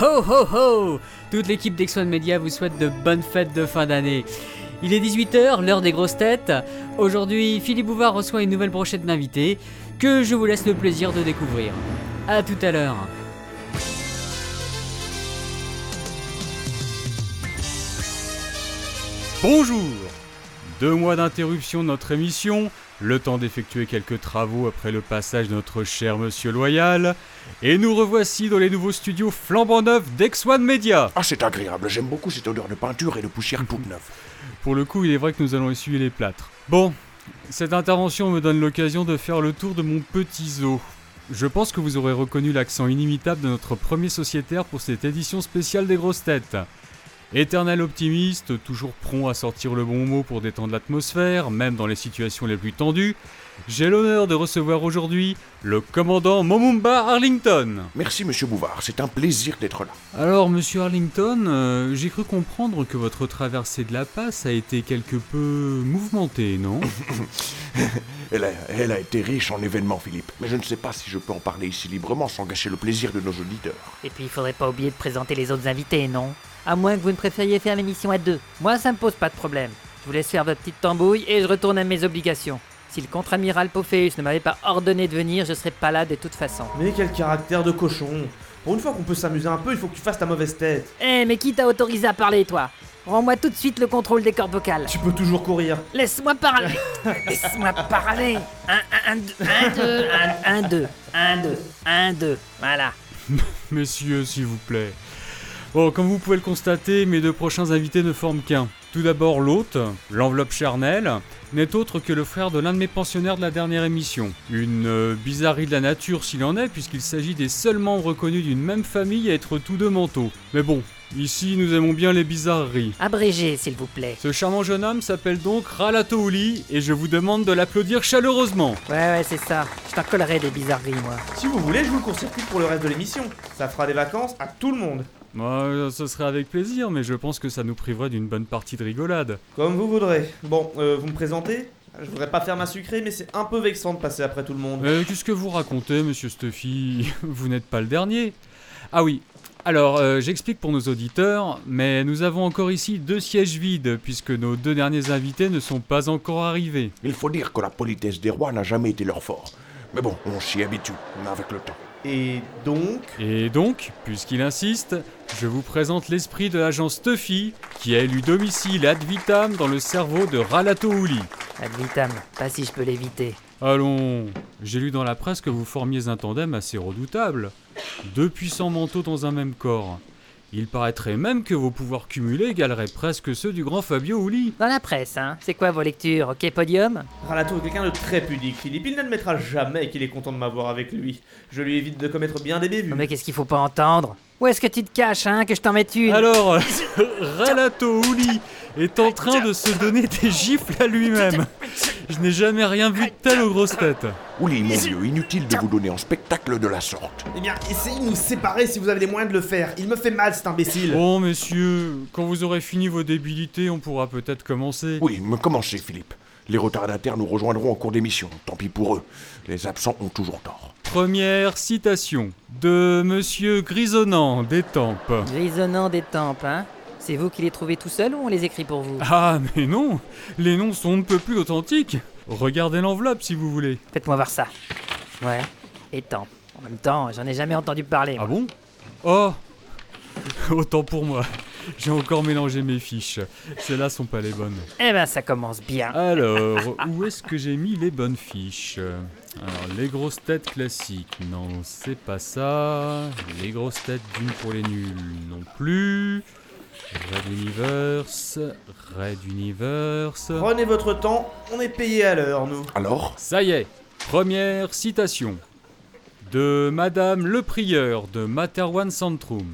Ho ho ho Toute l'équipe d'Exxon Media vous souhaite de bonnes fêtes de fin d'année. Il est 18h, l'heure des grosses têtes. Aujourd'hui, Philippe Bouvard reçoit une nouvelle brochette d'invités que je vous laisse le plaisir de découvrir. A tout à l'heure. Bonjour Deux mois d'interruption de notre émission, le temps d'effectuer quelques travaux après le passage de notre cher monsieur Loyal, et nous revoici dans les nouveaux studios flambant neufs d'Ex-One Media Ah, c'est agréable, j'aime beaucoup cette odeur de peinture et de poussière toute neuve. Pour le coup, il est vrai que nous allons essuyer les plâtres. Bon, cette intervention me donne l'occasion de faire le tour de mon petit zoo. Je pense que vous aurez reconnu l'accent inimitable de notre premier sociétaire pour cette édition spéciale des grosses têtes. Éternel optimiste, toujours prompt à sortir le bon mot pour détendre l'atmosphère, même dans les situations les plus tendues, j'ai l'honneur de recevoir aujourd'hui le commandant Momumba Arlington. Merci, monsieur Bouvard, c'est un plaisir d'être là. Alors, monsieur Arlington, euh, j'ai cru comprendre que votre traversée de la passe a été quelque peu mouvementée, non Elle a, elle a été riche en événements, Philippe, mais je ne sais pas si je peux en parler ici librement sans gâcher le plaisir de nos auditeurs. Et puis il faudrait pas oublier de présenter les autres invités, non À moins que vous ne préfériez faire l'émission à deux. Moi, ça me pose pas de problème. Je vous laisse faire votre petite tambouille et je retourne à mes obligations. Si le contre-amiral Pophéus ne m'avait pas ordonné de venir, je serais pas là de toute façon. Mais quel caractère de cochon Pour une fois qu'on peut s'amuser un peu, il faut que tu fasses ta mauvaise tête. Eh, mais qui t'a autorisé à parler, toi Rends-moi tout de suite le contrôle des cordes vocales. Tu peux toujours courir. Laisse-moi parler Laisse-moi parler 1, 1, 2, 1, 2, 1, 2, 1, 2, 1, 2, voilà. Messieurs, s'il vous plaît. Bon, comme vous pouvez le constater, mes deux prochains invités ne forment qu'un. Tout d'abord, l'hôte, l'enveloppe charnelle, n'est autre que le frère de l'un de mes pensionnaires de la dernière émission. Une euh, bizarrerie de la nature s'il en est, puisqu'il s'agit des seuls membres reconnus d'une même famille à être tous deux manteaux. Mais bon, ici, nous aimons bien les bizarreries. Abrégé, s'il vous plaît. Ce charmant jeune homme s'appelle donc Ralatouli, et je vous demande de l'applaudir chaleureusement. Ouais, ouais, c'est ça. Je t'en collerai des bizarreries, moi. Si vous voulez, je vous le court-circuite pour le reste de l'émission. Ça fera des vacances à tout le monde. Moi, ce serait avec plaisir, mais je pense que ça nous priverait d'une bonne partie de rigolade. Comme vous voudrez. Bon, euh, vous me présentez Je voudrais pas faire ma sucrée, mais c'est un peu vexant de passer après tout le monde. Euh, Qu'est-ce que vous racontez, monsieur Stuffy Vous n'êtes pas le dernier. Ah oui. Alors, euh, j'explique pour nos auditeurs, mais nous avons encore ici deux sièges vides, puisque nos deux derniers invités ne sont pas encore arrivés. Il faut dire que la politesse des rois n'a jamais été leur fort. Mais bon, on s'y habitue, avec le temps. Et donc Et donc, puisqu'il insiste, je vous présente l'esprit de l'agent Stuffy, qui a élu domicile ad vitam dans le cerveau de Ralatouli. Ad vitam, pas si je peux l'éviter. Allons, j'ai lu dans la presse que vous formiez un tandem assez redoutable. Deux puissants manteaux dans un même corps. Il paraîtrait même que vos pouvoirs cumulés égaleraient presque ceux du grand Fabio Uli. Dans la presse, hein C'est quoi vos lectures Ok, podium Ralato est quelqu'un de très pudique, Philippe. Il n'admettra jamais qu'il est content de m'avoir avec lui. Je lui évite de commettre bien des bévues. Non mais qu'est-ce qu'il faut pas entendre Où est-ce que tu te caches, hein Que je t'en mette une Alors, Ralato Uli est en train de se donner des gifles à lui-même. Je n'ai jamais rien vu de tel aux grosses têtes. Ouli, mon vieux, inutile de vous donner en spectacle de la sorte. Eh bien, essayez de nous séparer si vous avez les moyens de le faire. Il me fait mal, cet imbécile. Bon, messieurs, quand vous aurez fini vos débilités, on pourra peut-être commencer. Oui, me commencez, Philippe. Les retardataires nous rejoindront en cours d'émission, tant pis pour eux. Les absents ont toujours tort. Première citation de Monsieur Grisonnant des Tempes. Grisonnant des tempes, hein C'est vous qui les trouvez tout seul ou on les écrit pour vous Ah, mais non Les noms sont on ne peut plus authentiques Regardez l'enveloppe si vous voulez. Faites-moi voir ça. Ouais, et tempes. En même temps, j'en ai jamais entendu parler. Ah moi. bon Oh Autant pour moi. J'ai encore mélangé mes fiches. Celles-là sont pas les bonnes. Eh ben, ça commence bien. Alors, où est-ce que j'ai mis les bonnes fiches Alors, les grosses têtes classiques, non, c'est pas ça. Les grosses têtes d'une pour les nuls, non plus. Red Universe, Red Universe. Prenez votre temps, on est payé à l'heure, nous. Alors Ça y est, première citation de Madame le Prieur de Materwan Centrum,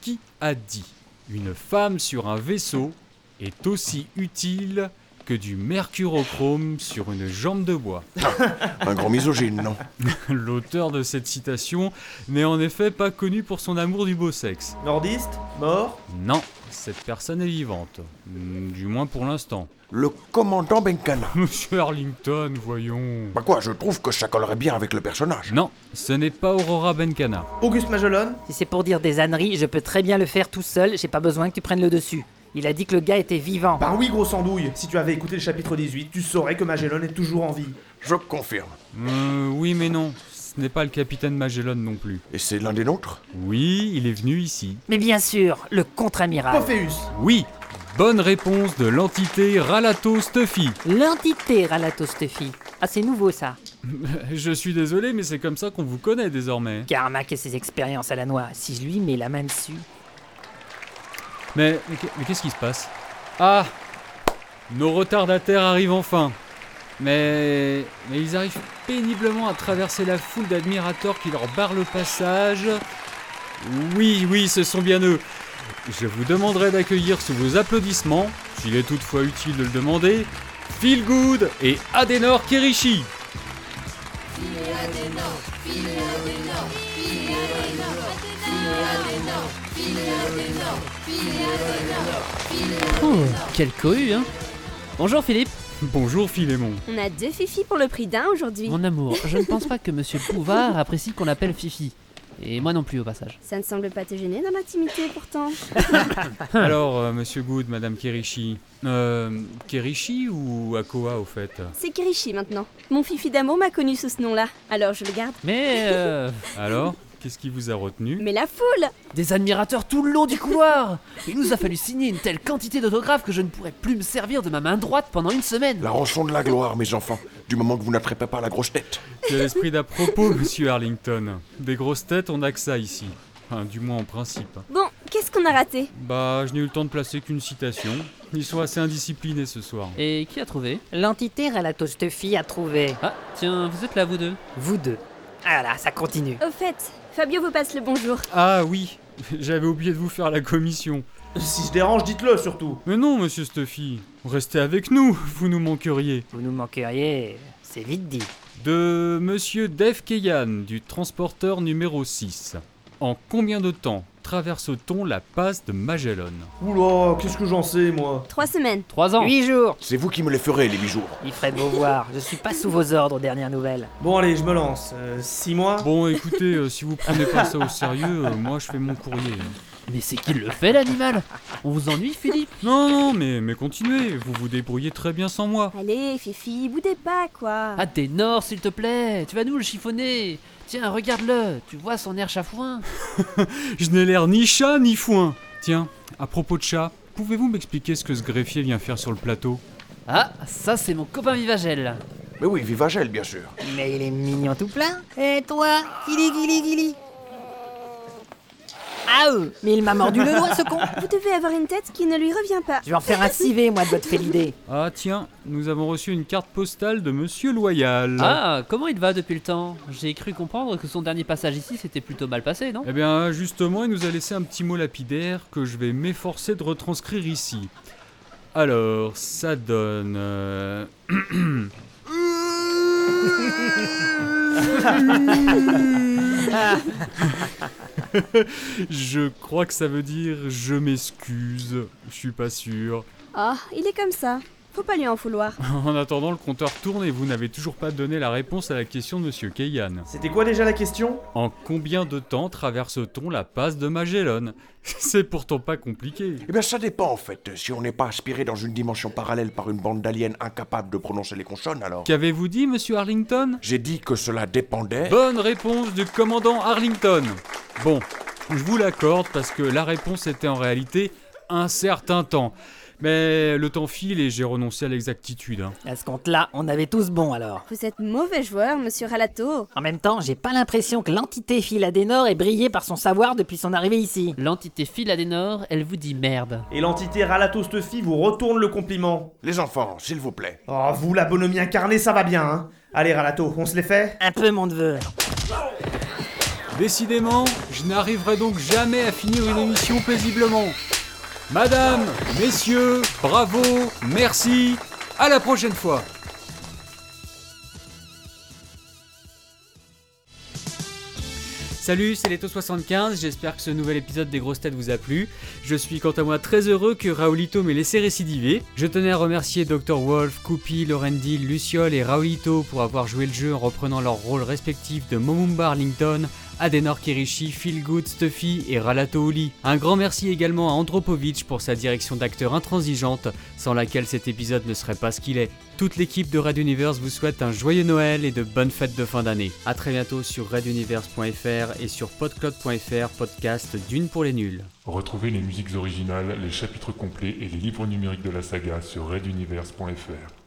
qui a dit Une femme sur un vaisseau est aussi utile que du mercurochrome sur une jambe de bois. Un grand misogyne, non L'auteur de cette citation n'est en effet pas connu pour son amour du beau sexe. Nordiste Mort Non, cette personne est vivante. Hmm, Du moins pour l'instant. Le commandant Benkana. Monsieur Arlington, voyons. Bah quoi, je trouve que ça collerait bien avec le personnage. Non, ce n'est pas Aurora Benkana. Auguste Magellan Si c'est pour dire des âneries, je peux très bien le faire tout seul, j'ai pas besoin que tu prennes le dessus. Il a dit que le gars était vivant. Bah oui, gros sandouille Si tu avais écouté le chapitre 18, tu saurais que Magellan est toujours en vie. Je confirme. Euh, oui mais non, ce n'est pas le capitaine Magellan non plus. Et c'est l'un des nôtres Oui, il est venu ici. Mais bien sûr, le contre-amiral. Pophéus Oui Bonne réponse de l'entité Ralato Stuffy. L'entité Ralatostefi. Ah, c'est nouveau ça. Je suis désolé, mais c'est comme ça qu'on vous connaît désormais. Carmack et ses expériences à la noix. Si je lui mets la main dessus. Mais, mais qu'est- mais qu'est-ce qui se passe Ah Nos retardataires arrivent enfin mais, mais ils arrivent péniblement à traverser la foule d'admirateurs qui leur barre le passage. Oui, oui, ce sont bien eux. Je vous demanderai d'accueillir sous vos applaudissements, s'il est toutefois utile de le demander, Phil Good et Adenor Kerishi. Oh, quelle cohue, hein Bonjour Philippe Bonjour Philémon. On a deux fifis pour le prix d'un aujourd'hui. Mon amour, je ne pense pas que Monsieur Pouvard apprécie qu'on l'appelle Fifi. Et moi non plus au passage. Ça ne semble pas te gêner dans l'intimité pourtant. Alors, euh, monsieur Good, madame Kerishi. Euh, Kerishi ou Akoa au fait C'est Kirishi maintenant. Mon fifi d'amour m'a connu sous ce nom-là, alors je le garde. Mais euh, Alors, qu'est-ce qui vous a retenu Mais la foule des admirateurs tout le long du couloir. Il nous a fallu signer une telle quantité d'autographes que je ne pourrais plus me servir de ma main droite pendant une semaine. La rançon de la gloire, mes enfants, du moment que vous n'attrapez pas la grosse tête. Quel esprit d'à propos, monsieur Arlington. Des grosses têtes, on a que ça ici. Enfin, du moins en principe. Bon, qu'est-ce qu'on a raté Bah, je n'ai eu le temps de placer qu'une citation. Ils sont assez indisciplinés ce soir. Et qui a trouvé L'entité Ralatostefi a trouvé. Ah, tiens, vous êtes là vous deux. Vous deux. Ah là, ça continue. Au fait, Fabio vous passe le bonjour. Ah oui, j'avais oublié de vous faire la commission. Si je dérange, dites-le surtout Mais non, monsieur Stuffy, restez avec nous, vous nous manqueriez. Vous nous manqueriez, c'est vite dit. De monsieur Dev Keyan, du transporteur numéro 6. En combien de temps traverse-t-on la passe de Magellan Oula, qu'est-ce que j'en sais, moi Trois semaines. Trois ans. Huit jours C'est vous qui me les ferez, les bijoux. Il ferait beau voir, je suis pas sous vos ordres, dernière nouvelle. Bon, allez, je me lance. Euh, six mois Bon, écoutez, euh, si vous prenez pas ça au sérieux, euh, moi je fais mon courrier. Mais c'est qui le fait l'animal On vous ennuie Philippe Non, non, mais, mais continuez, vous vous débrouillez très bien sans moi. Allez, fifi, boudez pas quoi. Ah des nords s'il te plaît, tu vas nous le chiffonner. Tiens, regarde-le, tu vois son air chafouin. Je n'ai l'air ni chat ni foin. Tiens, à propos de chat, pouvez-vous m'expliquer ce que ce greffier vient faire sur le plateau Ah, ça c'est mon copain Vivagel. Mais oui, Vivagel, bien sûr. Mais il est mignon tout plein. Et toi, guili guili guili. Aouh Ah, euh, Mais il m'a mordu le doigt ce con Vous devez avoir une tête qui ne lui revient pas. Je vais en faire un civet, moi, de votre félidé. Ah tiens, nous avons reçu une carte postale de Monsieur Loyal. Ah, comment il va depuis le temps J'ai cru comprendre que son dernier passage ici s'était plutôt mal passé, non Eh bien, justement, il nous a laissé un petit mot lapidaire que je vais m'efforcer de retranscrire ici. Alors, ça donne... euh, je crois que ça veut dire je m'excuse, je suis pas sûr. Ah, il est comme ça. Faut pas lui en vouloir. En attendant, le compteur tourne et vous n'avez toujours pas donné la réponse à la question de Monsieur Keyan. C'était quoi déjà la question En combien de temps traverse-t-on la passe de Magellan C'est pourtant pas compliqué. Eh bien, ça dépend, en fait. Si on n'est pas aspiré dans une dimension parallèle par une bande d'aliens incapables de prononcer les consonnes, alors... Qu'avez-vous dit, Monsieur Arlington J'ai dit que cela dépendait... Bonne réponse du commandant Arlington. Bon, je vous l'accorde parce que la réponse était en réalité un certain temps. Mais le temps file et j'ai renoncé à l'exactitude. hein. À ce compte-là, on avait tous bon alors. Vous êtes mauvais joueur, monsieur Ralato. En même temps, j'ai pas l'impression que l'entité Philadénor ait brillé par son savoir depuis son arrivée ici. L'entité Philadénor, elle vous dit merde. Et l'entité Ralato Stuffy vous retourne le compliment. Les enfants, s'il vous plaît. Oh, vous, la bonhomie incarnée, ça va bien, hein Allez, Ralato, on se les fait Un peu, mon neveu. Décidément, je n'arriverai donc jamais à finir une émission paisiblement. Madame, messieurs, bravo, merci, à la prochaine fois. Salut, c'est Leto75, j'espère que ce nouvel épisode des Grosses Têtes vous a plu. Je suis quant à moi très heureux que Raoulito m'ait laissé récidiver. Je tenais à remercier Dr. Wolf, Coupi, Lorendi, Luciole et Raoulito pour avoir joué le jeu en reprenant leurs rôles respectifs de Momumba Arlington, Adenor Kirishi, Phil Good, Stuffy et Ralato Oli. Un grand merci également à Andropovitch pour sa direction d'acteur intransigeante, sans laquelle cet épisode ne serait pas ce qu'il est. Toute l'équipe de Red Universe vous souhaite un joyeux Noël et de bonnes fêtes de fin d'année. A très bientôt sur reduniverse.fr et sur podcloud.fr, podcast d'une pour les nuls. Retrouvez les musiques originales, les chapitres complets et les livres numériques de la saga sur reduniverse.fr.